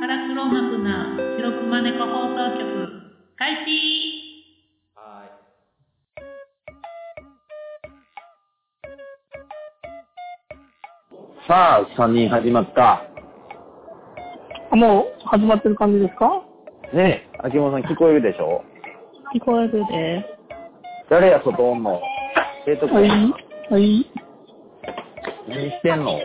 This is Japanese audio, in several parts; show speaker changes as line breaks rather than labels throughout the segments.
腹黒幕な白熊猫放送局開始
はーい。
さあ、3人始まった。
もう始まってる感じですか
ねえ、秋元さん聞こえるでしょ
聞こえるで
誰や、外おんの生徒
す。は
君
い。はい。
何してんの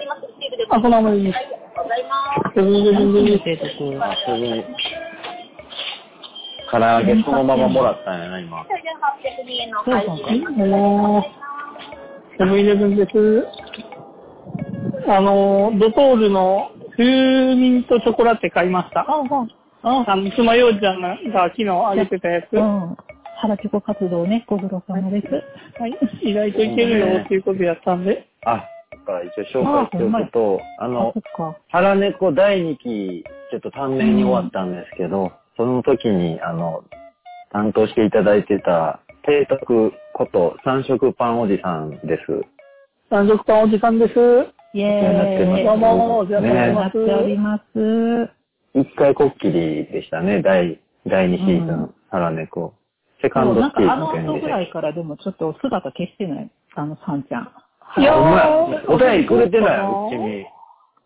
あ、このままでいいです。ございます。全然全然
あ、すぐに。唐揚げそのままもらったんやな、今。
3800円の
そう
配
か。
信。
もう、セブンイレブンです。あの、ドトールの風味とチョコラテ買いました。あ、あ、あの、つまようじちゃんが昨日あげてたやつ。
う
は
ん。腹ペコ活動ね、ご苦労様です。
い。意外といけるよっていうことやったんで。
あ、だから一応紹介しておくと、あ
あ
の、
そっか。
腹猫第2期、ちょっと短命に終わったんですけど、その時に、あの、担当していただいてた、提督こと三色パンおじさんです。
三食パンお時間です。
イェーイ。
どうもお世話になって
ね
ま
なっております。
一回こっきりでしたね、第、第2シーズ
う
ン、腹猫。セカ
そ
ン
う、
ド
なん
シ
か
ーズン
あの後
で
ぐらいからでもちょっと姿消してない。あの、さんちゃん。
いや
お前、
ー、
お便りくれてないうちに。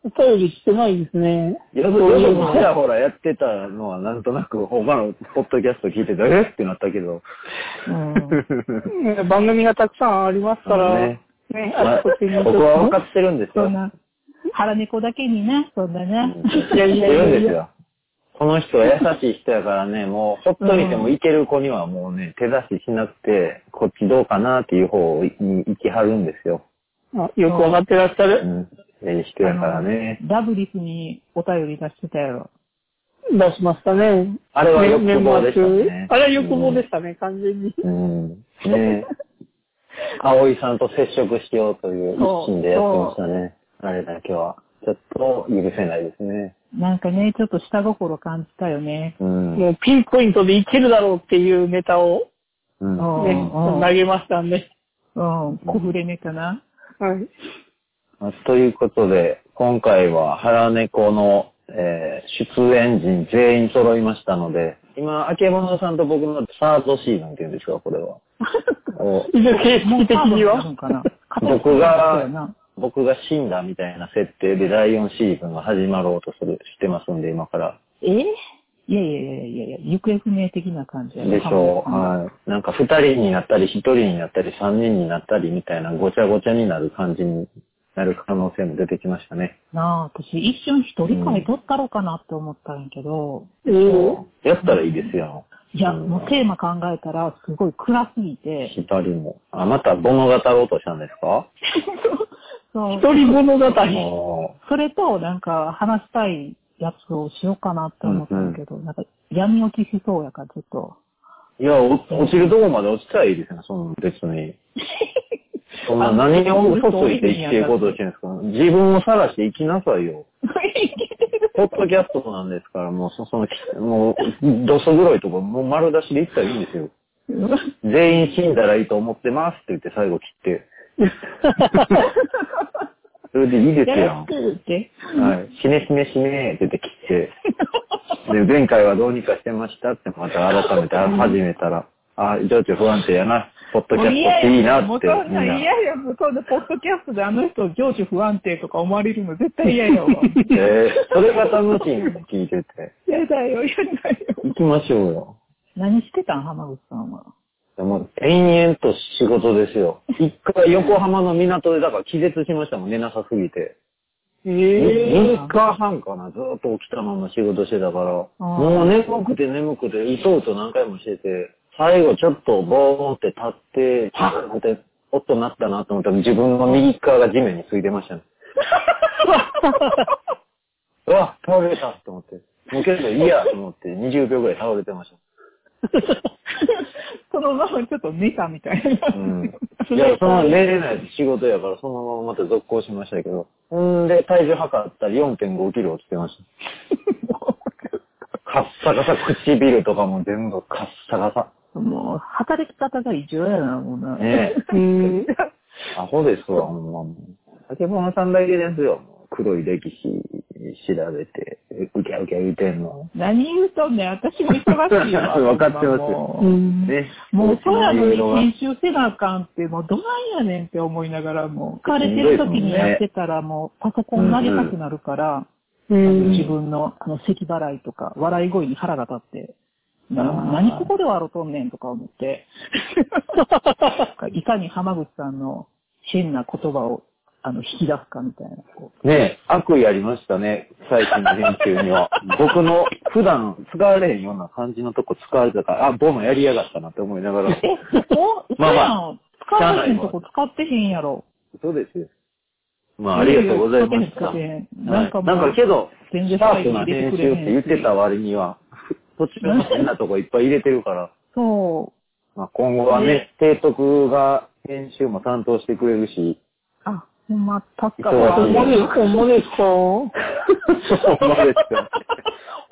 お便りしてないですね。
よく、よくちらほらやってたのはなんとなく他のポッドキャスト聞いてて、えってなったけど。
うん。
ね 番組がたくさんありますから、ね
ね、ま
あ
あ
ちこちにちょっ
僕
と。
は分かってるんです
そ
よ
ん。な、腹猫だけにね、そんなね。
いや
知
い
って
やいや
るん
い
です
や。
よ。この人は優しい人やからね、もうほっといてもいける子にはもうね、手出ししなくて、こっちどうかなっていう方に行きはるんですよ。
あよくわかってらっしゃ
う
る。
ん。ええ人やからね。
ダブリスにお便り出してたやろ。
出しましたね。
あれは欲
ね
望でしたね
年末。あれは欲望でしたね、完全に。
うん。 ねえ。葵さんと接触しようという一心でやってましたね。あれだけは。ちょっと許せないですね。
なんかね、ちょっと下心感じたよね。
うん。
もうピンポイントでいけるだろうっていうネタを
う。
うんん。
ね、
うん。
投げましたんで。
うん小暮れねかな。
はい。
まあということで、今回は腹猫の、えー出演陣全員揃いましたので、今、あけぼのさんと僕のサードシーズンっていうんですか、これ は。お
一応形式的に
カードになる
は。
んかな
僕が
そうやな
僕が死んだみたいな設定で第4シーズンが始まろうとする、してますんで、今から。
えいやいやいやいやいや、行方不明的な感じやね
でしょう。はい。なんか二人になったり、一人になったり、三人になったりみたいなごちゃごちゃになる感じになる可能性も出てきましたね。
なあ、私一瞬一人会取ったろうかなって思ったんやけど、
えー
やったらいいですよ。
いや、
うん
もうテーマ考えたらすごい暗すぎて、
二人も。あ、また物語ろうとしたんですか
そう
一人物語。
あー
それとなんか話したいやつをしようかなって思ったんやけど、なんか闇落ちしそうやからちょっと。
いや、お落ちるとこまで落ちたらいいですね、その別に。そんな何を嘘ついて生きていこうとしてるんですか自分を晒して生きなさいよ。ポッドキャストなんですから、もう、そその、もう、どそ黒いとこ、もう丸出しで行ったらいいんですよ。全員死んだらいいと思ってますって言って最後切って。それでいいですやん。
くって。
はい。死ね死ね死ねって言って切 って。で、前回はどうにかしてましたってまた改めて始めたら、あ、情緒不安定やな、ポッドキャストっていいな
もう
って。
そん
みん
な
ない
やいや、もうそんなポッドキャストであの人情緒不安定とか思われるの絶対嫌よ。
えー、それが楽しいの聞いてて。
嫌だよ、嫌だよ。
行きましょうよ。
何してたん浜口さんは。
でも、延々と仕事ですよ。一回横浜の港で、だから気絶しましたもん、寝なさすぎて。
え
3日半かな、ずーっと起きたまま仕事してたから、
あー
もう眠くて眠くて、いそうと何回もしてて、最後ちょっとボーンって立って、パーンって音鳴ったなと思ったら自分の右側が地面についてましたね。うわ、倒れたと思って。もう結構いいやと思って、20秒ぐらい倒れてました。
そのままちょっと寝たみたいな。
うんいや、その寝れない仕事やから、そのまままた続行しましたけど。んで、体重測ったら4.5キロ落ちてま した。カッサカサ、唇とかも全部カッサカ
もう、働き方が異常やな、もうな。
サ。ねえ、
ー、うん。
アホですわ、ほんまもう。竹本さんだけですよ、もう黒い歴史調べて。えウキャウキャ言うてんの。
何言うとんねん、私も忙し いわ。
分かってますよ
もう
うん。
ね。
もうそうや
い
の
ろ
に
いろは
編集せなあかんって、もうどないやねんって思いながら、もう、疲れてる時にやってたら、もうパソコン投げたくなるから、
う
自
ん。
分のあの咳払いとか、笑い声に腹が立って、な
ー
何ここで笑うとんねんとか思って、いかに浜口さんの変な言葉をあの引き出すかみたいな。こ
ね悪意ありましたね、最近の編集には。 僕の普段使われへんような感じのとこ使われたから、あ、ボノやりやがったなって思いながら、
うえ、お嘘
まあま
やん。使
しゃあ
わ
な
へ
い
ん
わ
とこ使ってへんやろ。
そうですよ。まあ、ありがとうございまし
使
た。
って
はい
へん使ってへん
な
なんん
か
かもう、
けど、
全
シ
然
ャ
最
ープ
後
な
入れ
編
て
集
く
っ
れへん
て言ってた
し
割には、途中の変なとこいっぱい入れてるから、
そう。
まあ、今後はね
ね、
提督が編集も担当してくれる し、
あ、ほんま、たっか
そう
ほんま
は。
です、ほんまですか
ほんまですよ。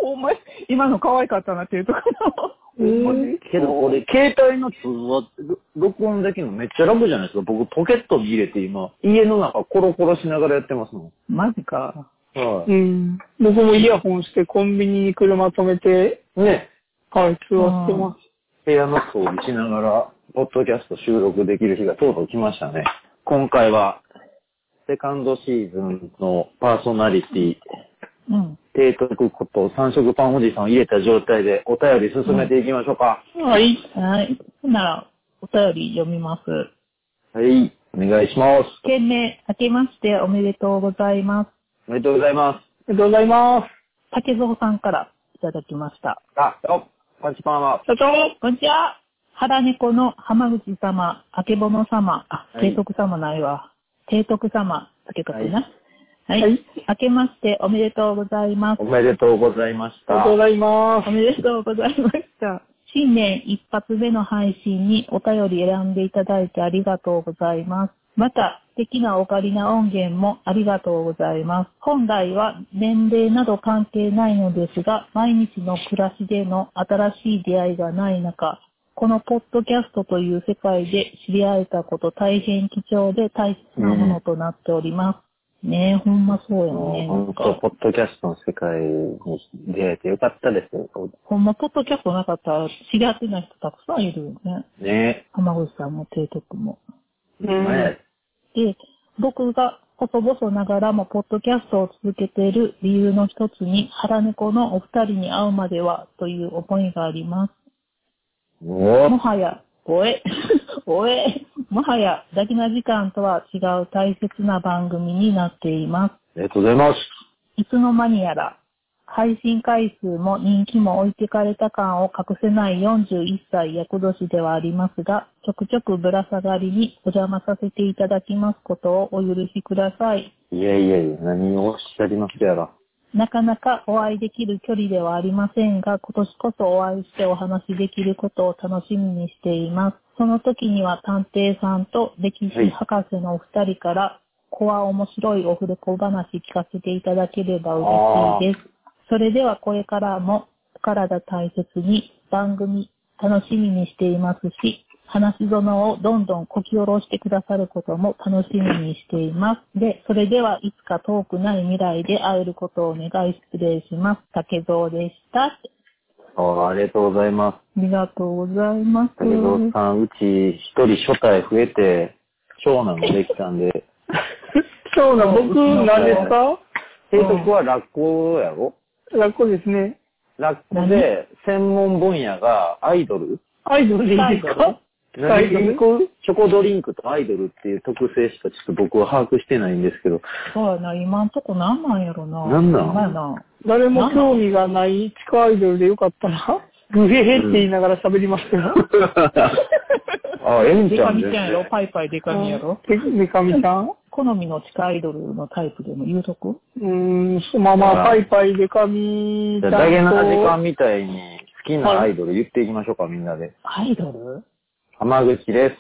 お前、今の可愛かったなっていうところ。
えー
けどこれ、携帯の通話、録音できるのめっちゃ楽じゃないですか。僕、ポケットに入れて今、家の中コロコロしながらやってますも
マジか。
ん。は
うん。僕もイヤホンしてコンビニに車止めて、
い。ね、
はい、通話してます。
部屋の掃除しながら、ポッドキャスト収録できる日がとうとう来ましたね。今回は、セカンドシーズンのパーソナリティ、
うん。
提督こと三色パンおじさんを入れた状態でお便り進めていきましょうか。
はい。
はい。ほんなら、お便り読みます。
はい、お願いします。
件名、明けましておめでとうございます。
おめでとうございま
ありがとうございます。
竹蔵さんからいただきました。
す。あ、お、パンチパンは、
社長
こんにちは。腹猫の浜口様、あけぼの様、あ、
はい
提督様ないわ。提督様、竹かくな。はい。
はい
明けましておめでとうございます
お。めでとうございまし
あり
た
がとう。ございま
おめでとうございました。 新年一発目の配信にお便り選んでいただいてありがとうございます。また、素敵なオカリナ音源もありがとうございます。本来は年齢など関係ないのですが、毎日の暮らしでの新しい出会いがない中、このポッドキャストという世界で知り合えたこと大変貴重で大切なものとなっております。ねえ、ほんまそうやね。
本当、ポッドキャストの世界に出会えてよかったですよ。
ほんま、ポッドキャストなかったら知り合ってない人たくさんいるよね。
ね
浜口さんも提督も。
す。う
え。
ん。
で、僕が細々ながらもポッドキャストを続けている理由の一つに、腹猫のお二人に会うまではという思いがあります。も
お
はや、おえ、 おえ、もはや、大事な時間とは違う大切な番組になっています。
ありがとうございます。
いつの間にやら、配信回数も人気も置いてかれた感を隠せない41歳役年ではありますが、ちょくちょくぶら下がりにお邪魔させていただきますことをお許しください。
いやいやいや、何をおっしゃりますやら。
なかなかお会いできる距離ではありませんが、今年こそお会いしてお話しできることを楽しみにしています。その時には探偵さんと歴史博士のお二人から、こは面白いオフレコ話聞かせていただければ嬉しいです。それではこれからもお体大切に番組楽しみにしていますし、話し園をどんどんこき下ろしてくださることも楽しみにしています。で、それではいつか遠くない未来で会えることをお願い失礼します。竹蔵でした。
あありがとうございま
ありがとうございます。
す。だけどさん、うち一人初代増えて、長男ができたん で、
そうな、僕、何ですか
提督は落語やろ
ラッコですね。
落語で、専門分野がアイドル
アイドルでいいですかアイドル
チョコドリンクとアイドルっていう特性しかちょっと僕は把握してないんですけど、
そうやな、今んとこなんなんやろな。
なんなん
ほまやな。
誰も興味がない地下アイドルでよかったな。グヘヘって言いながら喋りましたよ。
あ、エン
デ
ちゃ
カ
ん
ミ
です、
ちゃんや
ね
ろ、。パイパイデカミやろ。
ででかみちゃんう
好みの地下アイドルのタイプでも言うとこ
ーん、まあまあ、パイパイでかみちゃんと。
だけな時間みたいに好きなアイドル言っていきましょうか、みんなで。
アイドル
浜口です。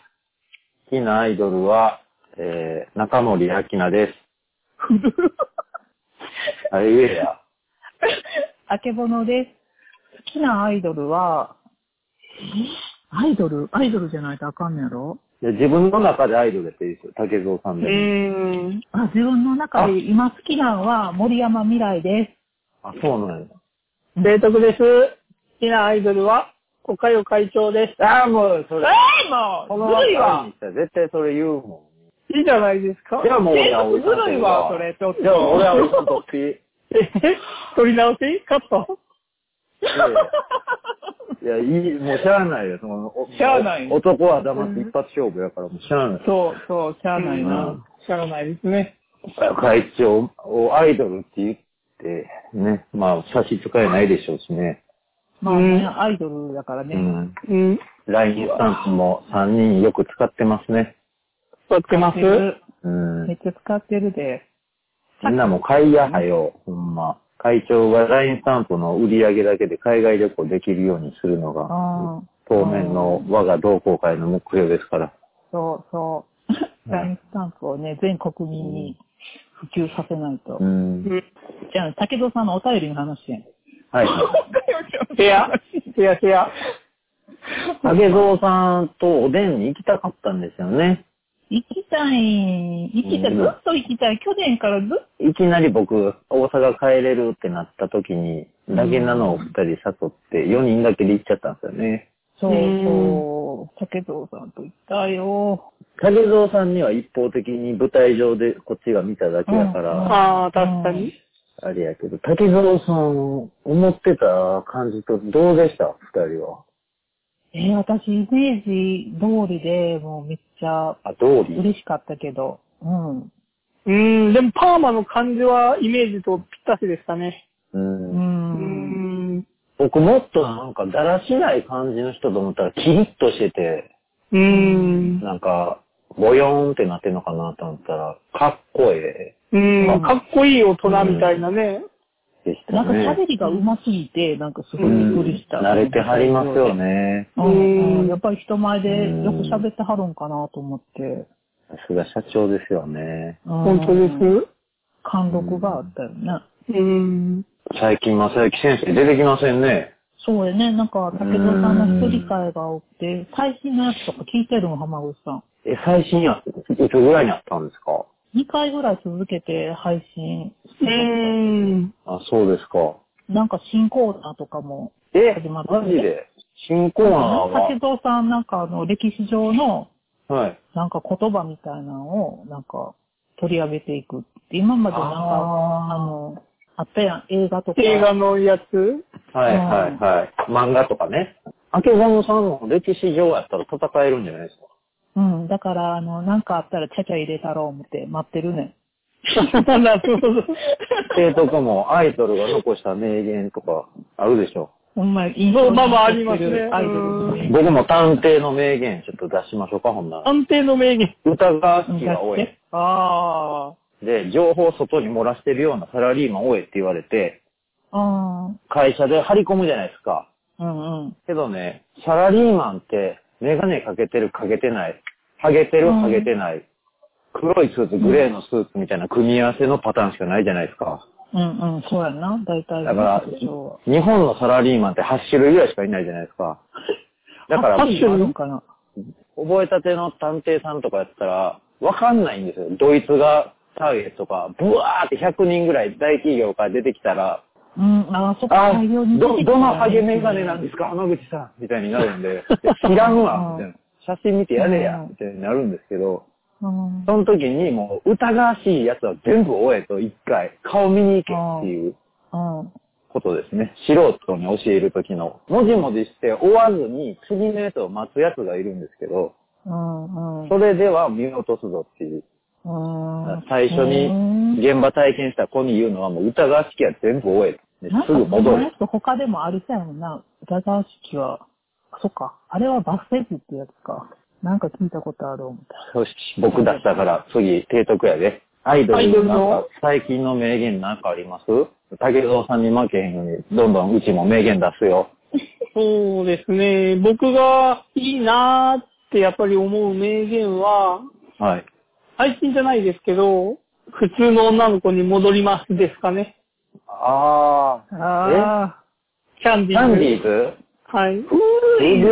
好きなアイドルは、えー、中森明菜です。あれ言えや。
あけぼのです。好きなアイドルは、えアイドルアイドルじゃないとあかんのやろ
いや自分の中でアイドルやっていいですよ、竹蔵さん
う
でも。
ーん。
あ、自分の中で今好きなのは森山未来で
あ、そうなんや。
米徳です。好きなアイドルは、おかよ会長です。あ
あー、もう、そ
え
れ。
ー、もうずるいわ
にしたら絶対それ言うも
いいじゃないですか。
ん。じゃあもう俺
米
は
徳
お
ずるいわ、それ、ちょっと。
じゃあ俺はおじさんとっていい。
え 取り直しカット
いや、いい、もうしゃあないよ。そのお
しゃあない
男は黙って一発勝負やから、もうしゃあない。
そうそう、しゃあないな。
うん
しゃあないですね。
会長をアイドルって言って、ね、まあ差し支えないでしょうしね。
まあ、ね
う
アイドルだからね。
うん。
うん。
LINE スタンプも3人よく使ってますね。
撮ってます
使ってる
うん。
め
み
っちゃ使ってるで。
んなもう買いやはよ、ほんま。会長が LINE スタンプの売り上げだけで海外旅行できるようにするのが、
ああ、
当面の我が同好会の目標ですから。
そうそう。
ん
LINE スタンプをね、全国民に普及させないと
う。ん。
じゃあ、竹蔵さんのお便りの話やん。
はいはい。
ヘア、ヘアヘア。
影蔵さんとおでんに行きたかったんですよね。
行きたい、行きたい、
うん
ずっと行きたい。去年からずっ
いきなり僕、大阪帰れるってなった時に、だけなのを二人誘って、4人だけで行っちゃったんですよね。
そう
うん
そう。竹蔵さんと行ったよ。
影蔵さんには一方的に舞台上でこっちが見ただけだ
う
か
ん
ら、
ああ、確かに。
あれやけど、竹蔵さん、思ってた感じとどうでした二人は。
えー私、イメージ通りで、もうめっちゃ
あ、通り
嬉しかったけど。うん。
うん、でもパーマの感じはイメージとぴったしでしたね。
う。
うん。
うんん。
僕もっとなんかだらしない感じの人と思ったらキリッとしてて、
うん。
なんか、ボヨーンってなってんのかなと思ったら、かっこえ
うん。かっこいい大人みたいな
え
ね。
でしたね。
なんか喋りが上手すぎて、なんかすごいびっくりした。
うん慣れてはりますよね。
う。
うんん
うんやっぱり人前でよく喋ってはるんかなと思って。
さすが社長ですよね。
本
本当で
貫禄があったよね。
す。うん。
最近、正幸先生出てきませんね。
そうやね。なんか、竹蔵さんの一人会が多くて、最新のやつとか聞いてるの、浜口さん。
え、最新やつ、いつぐらいにあったんですか
2回ぐらい続けて配信。
うん。
あ、そうですか。
なんか新コーナーとかも。
え
始ま
マ
った
ジで新コーナ
竹
ー
蔵さんなんかあの、歴史上の
が、はい。
なんか言葉みたいなのを、なんか取り上げていくって。今までなんか、あの、あったやん、映画とか。
映画のやつ
はいはいはい。漫画とかね。明け園さんの歴史上やったら戦えるんじゃないですか
うん。だから、あの、なんかあったらちゃちゃ入れたろう思って待ってるね。
なるほど。
生徒かもアイドルが残した名言とかあるでしょ。
ほんま、印
そ
象
う、
に
まあまああ
残
り
っ
ま
て
す
る
ね。
アイドルの
うん
僕も探偵の名言ちょっと出しましょうか、ほんなら。
安定の名義。
歌が好きが多い。
ああ。
で、情報を外に漏らしてるようなサラリーマン多いって言われて、
あ
会社で張り込むじゃないですか。
あ、うんうん。
けどね、サラリーマンって、メガネかけてるかけてない、ハゲてる
うん
ハゲてない、黒いスーツ、グレーのスーツみたいな組み合わせのパターンしかないじゃないですか。
うんうん、そうやんな、大体。
だから
そうでしょ
日本のサラリーマンって8種類ぐらいしかいないじゃないです か。だから、
あ8種類
う。ある
覚
んかな。
えたての探偵さんとかやったら、わかんないんですよ。ドイツがターゲットが、ブワーって100人ぐらい大企業から出てきたら、
うん、ああ、そっか、
あ
大量に出て
ど、
きた
ど
ら
のハゲメガネなんですか、浜口さんみたいになるん で、いや知らんわ、みたいな。写真見てやれや、みたいになるんですけど、
うん
その時にもう疑わしいやつは全部追えと一回、顔見に行けっていう
うん。
ことですね。素人に教える時の。もじもじして追わずに次のやつを待つやつがいるんですけど、
うん、うん。
それでは見落とすぞっていう。
うん
最初に現場体験した子に言うのはもう疑わしきは全部追えと。です
なん
ぐ
か、
戻れ。
と他でもありそうやもんな。ガガー式は。そっか。あれはバステージってやつか。なんか聞いたことある思った。
よし、僕だったから次、提督やで。アイド
アイド
ル
ル
なん
の
か、最近の名言なんかあります竹蔵さんに負けへんように、どんどんうちも名言出すよ。
そうですね。僕がいいなーってやっぱり思う名言は、
はい。
配信じゃないですけど、普通の女の子に戻りますですかね。
あ
あ
キャンデ
ー。
ィー
サ
ズ。
ンディーズ
はい。
古い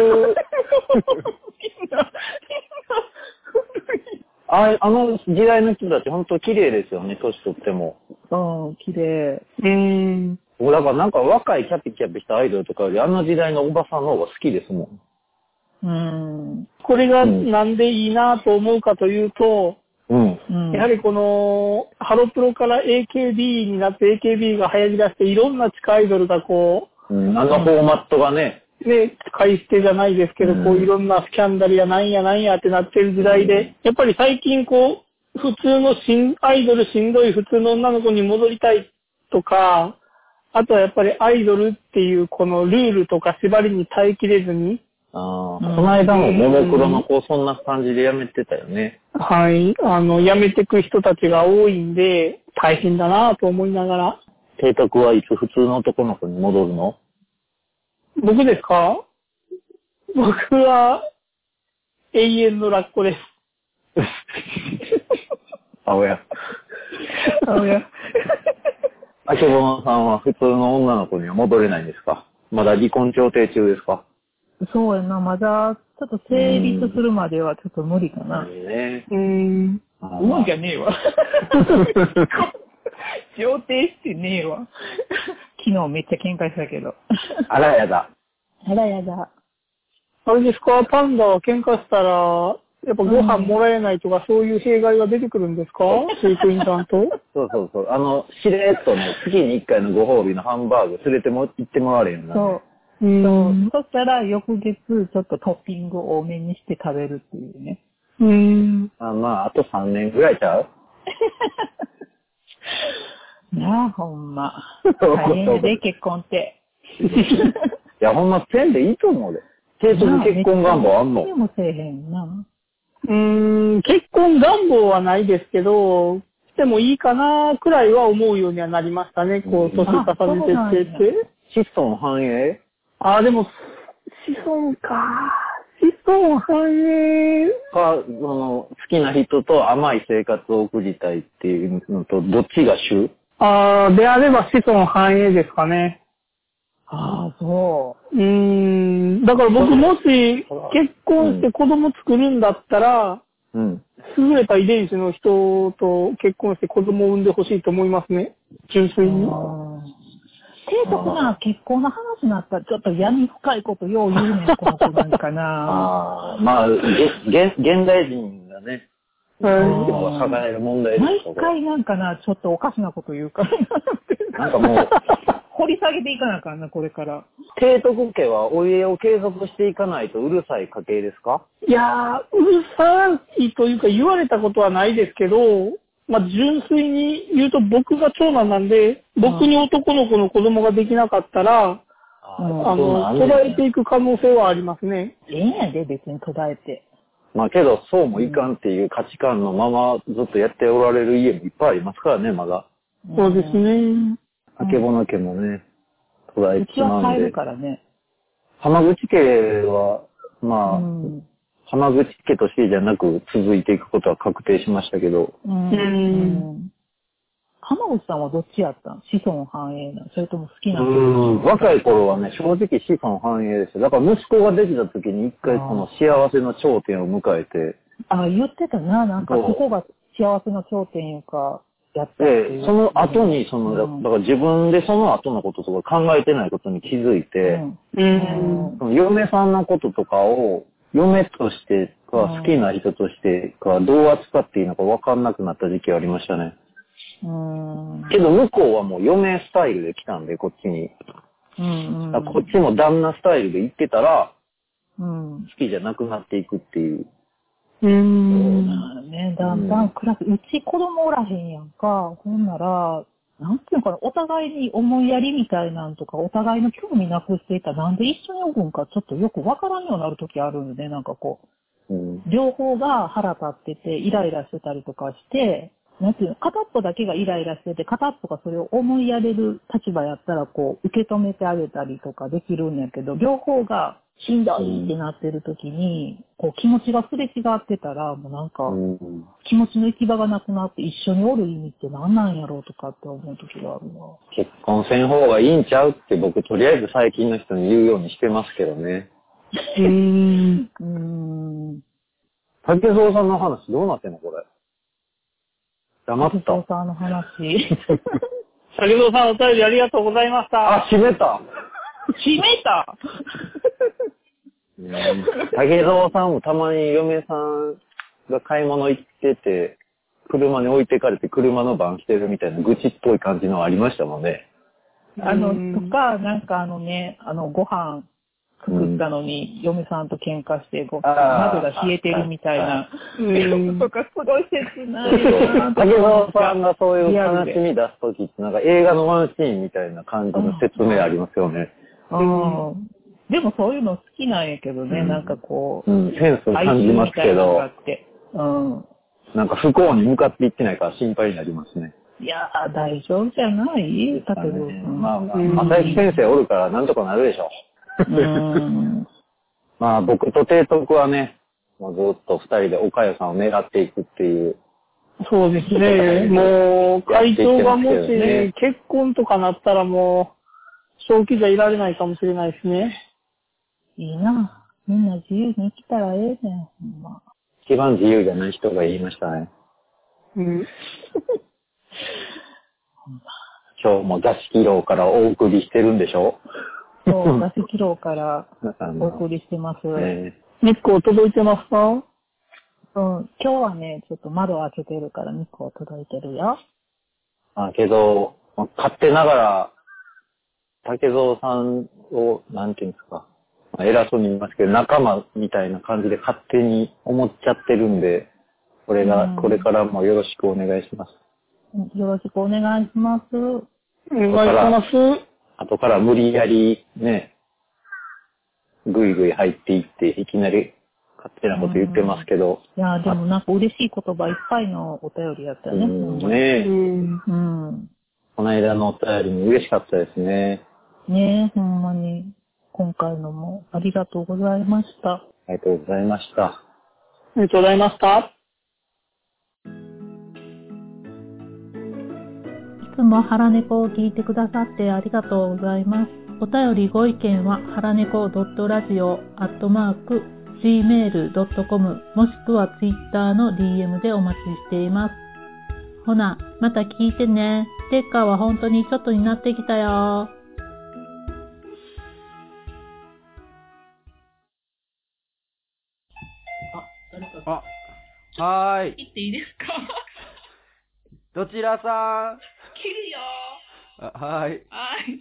ああの時代の人たち本当綺麗ですよね、年取っても。
あ、うん、綺麗。
うーん。
僕だからなんか若いキャピキャピしたアイドルとかより、あの時代のおばさんの方が好きですもん。
うん。
これがなんでいいなと思うかというと、
うん。
うん。
やはりこの、ハロプロから AKB になって AKB が流行り出して、いろんな地下アイドルがこ
うん、あのフォーマットがね、
う、ね、使い捨てじゃないですけど、
うん
こういろんなスキャンダルやなんやなんやってなってる時代
うん
で、やっぱり最近こう、普通のしん、アイドルしんどい普通の女の子に戻りたいとか、あとはやっぱりアイドルっていうこのルールとか縛りに耐えきれずに、
ああ、
うん
この間もももクロの子、そんな感じでやめてたよね。
はい、あの、辞めてく人たちが多いんで、大変だなと思いながら。
邸宅はいつ普通の男の子に戻るの
僕ですか僕は、永遠のラッコです。
青や。
そうや。
あけぼのさんは普通の女の子には戻れないんですかまだ離婚調停中ですか
そうやな。まだ、ちょっと成立するまではちょっと無理かな。
ね
うーん。
あ
思うじ
ー
ゃねえ わ。調停してねえわ。
昨日めっちゃ喧嘩したけど。
あらやだ。
あらやだ。
あれですかパンダは喧嘩したら、やっぱご飯もらえないとか、そういう弊害が出てくるんですか飼育員さん と。
そうそうそう。あの、しれっとね、月に一回のご褒美のハンバーグ連れても、行ってもらわれへんな、
そう
ね。。
う
そう。
ん。
そしたら、翌月、ちょっとトッピング多めにして食べるっていうね。
うーん。
あまあ、あと3年ぐらいちゃう
なあ、ほんま。
そう
大変やで、結婚って。
いや、ほんま、ペンでいいと思うで。定着結婚願望あんの
でもせえへんな。
うーん。結婚願望はないですけど、してもいいかなくらいは思うようにはなりましたね。こう、年重ねてってって。
子孫繁栄
あ、でも、子孫か。子孫繁栄。
か、その、好きな人と甘い生活を送りたいっていうのと、どっちが主
あーであれば子孫繁栄ですかね。
ああ、そう
ーん。だから僕もし結婚して子供作るんだったら、
うん。
優れた遺伝子の人と結婚して子供を産んでほしいと思いますね。純粋
う。
に。
あー低俗な結婚の話になったら、ちょっと闇深いことよう言うねん、この子なんかな。
ああ、まあ、げ、げ、現代人がね、
はい
抱える問題です
毎
よこれ
回なんかな、ちょっとおかしなこと言うからな。
なんかもう、
掘り下げていかなあかんな、これから。
帝徳家はお家を継続していかないとうるさい家系ですか
いやー、うるさいというか言われたことはないですけど、まあ、純粋に言うと僕が長男なんで、僕に男の子の子供ができなかったら、
あ
うん
あ
そ
の、途
うなん
絶
ね
えていく可能性はありますね。
ええんやで、別に途絶えて。
まあけど、そうもいかんっていう価値観のままずっとやっておられる家もいっぱいありますからね、まだ。
そうですね。
あけぼの家もね、途絶え
う
てし
ちは
まう
買え
ん
る
で。
からね。
浜口家は、まあ、
うん。
浜口家としてじゃなく続いていくことは確定しましたけど、
うん
ん
うん浜口さんはどっちやったん子孫繁栄なんそれとも好き
う
なの
ん、若い頃はね、正直子孫繁栄ですよ。だから息子ができた時に一回その幸せの頂点を迎えて、
あ、言ってたな。なんか、
そう
ここが幸せの頂点いうか、やったってい
で、
う。
その後に、その、
うん
だから自分でその後のこととか考えてないことに気づいうて、
ん、
う。
うん
その嫁さんのこととかを、嫁としてか、
うん
好きな人としてか、どう扱っていいのか分かんなくなった時期ありましたね。
ん。うん。
けど向こうはもう嫁スタイルで来たんで、こっちに。
うん。
だからこっちも旦那スタイルで行ってたら、
う
好
ん。
きじゃなくなっていくっていう。
うん。
ね、だんだん暮らす。うち子供おらへんやんか。ほんなら、なんていうのかな、お互いに思いやりみたいなんとか、お互いの興味なくしていたら、なんで一緒におるんか、ちょっとよくわからんようになる時あるんで、ね、なんかこう、
うん。
両方が腹立ってて、イライラしてたりとかして、なんていうの、片っぽだけがイライラしてて、片っぽがそれを思いやれる立場やったら、こう、受け止めてあげたりとかできるんやけど、両方がしんどいってなってる時に、こう、気持ちがすれ違ってたら、もうなんか、
うん
気持ちの行き場がなくなって一緒におる意味って何なんやろうとかって思う時があるな。
結婚せん方がいいんちゃうって僕、とりあえず最近の人に言うようにしてますけどね。
うん。
うーん。
竹蔵さんの話どうなってんのこれ。黙っ
お父
た。
さんの話。
竹蔵さんお便りありがとうございました。
あ、閉めた。
閉めた
竹蔵さんもたまに嫁さんが買い物行ってて、車に置いてかれて車の番してるみたいな愚痴っぽい感じのありましたもんね。
あの、とか、なんかあのね、あの、ご飯作ったのに、嫁さんと喧嘩して、ご
あー
鍋が冷えてるみたいな。
うん。
とか、すごい切ないな。
竹蔵さんがそういう悲しみ出すときって、なんか映画のワンシーンみたいな感じの説明ありますよね。
うん。でもそういうの好きなんやけどね、
うん
なんかこう
う、ん、センスを感じますけ
の
ど
があ、って。うん。
なんか不幸に向かっていってないから心配になりますね。
いやー、大丈夫じゃないだけど。
まあま
うん
あ、朝日先生おるからなんとかなるでしょ
うん。
まあ僕と提督はね、もうずっと二人で岡谷さんを狙っていくっていう。
そうです ね。もう、会長がもし、 結婚とかなったらもう、正気じゃいられないかもしれないですね。
いいな。みんな自由に生きたらええねん。ほんま
一番自由じゃない人が言いましたね。
うん。
今日も座敷牢からお送りしてるんでしょ
そう、座席楼から
あ
お
の、
送りしてます。
ね、
日光届いてますか
うん、今日はね、ちょっと窓を開けてるから日光届いてるよ。
まあけど、まあ勝手ながら、竹蔵さんを、なんていうんですか、まあ偉そうに言いますけど、仲間みたいな感じで勝手に思っちゃってるんで、これが、これからもよろしくお願いします。
うんよろしくお願いします。
お願いします。
後から無理やりね、ぐいぐい入っていって、いきなり勝手なこと言ってますけど、
いやーでもなんか嬉しい言葉いっぱいのお便りやったよね。
うんね
うん。
うん。
この間のお便りも嬉しかったですね。
ねえ、ほんまに。今回のもありがとうございました。
ありがとうございました。
ありがとうございました。
いつも腹猫を聞いてくださってありがとうございます。お便りご意見は、腹猫 .radio.gmail.com もしくは Twitter の DM でお待ちしています。ほな、また聞いてね。ステッカーは本当にちょっとになってきたよ。
誰か
あ、はーい。
切っていいですか
どちらさん
切るよ
あはーい。
はい。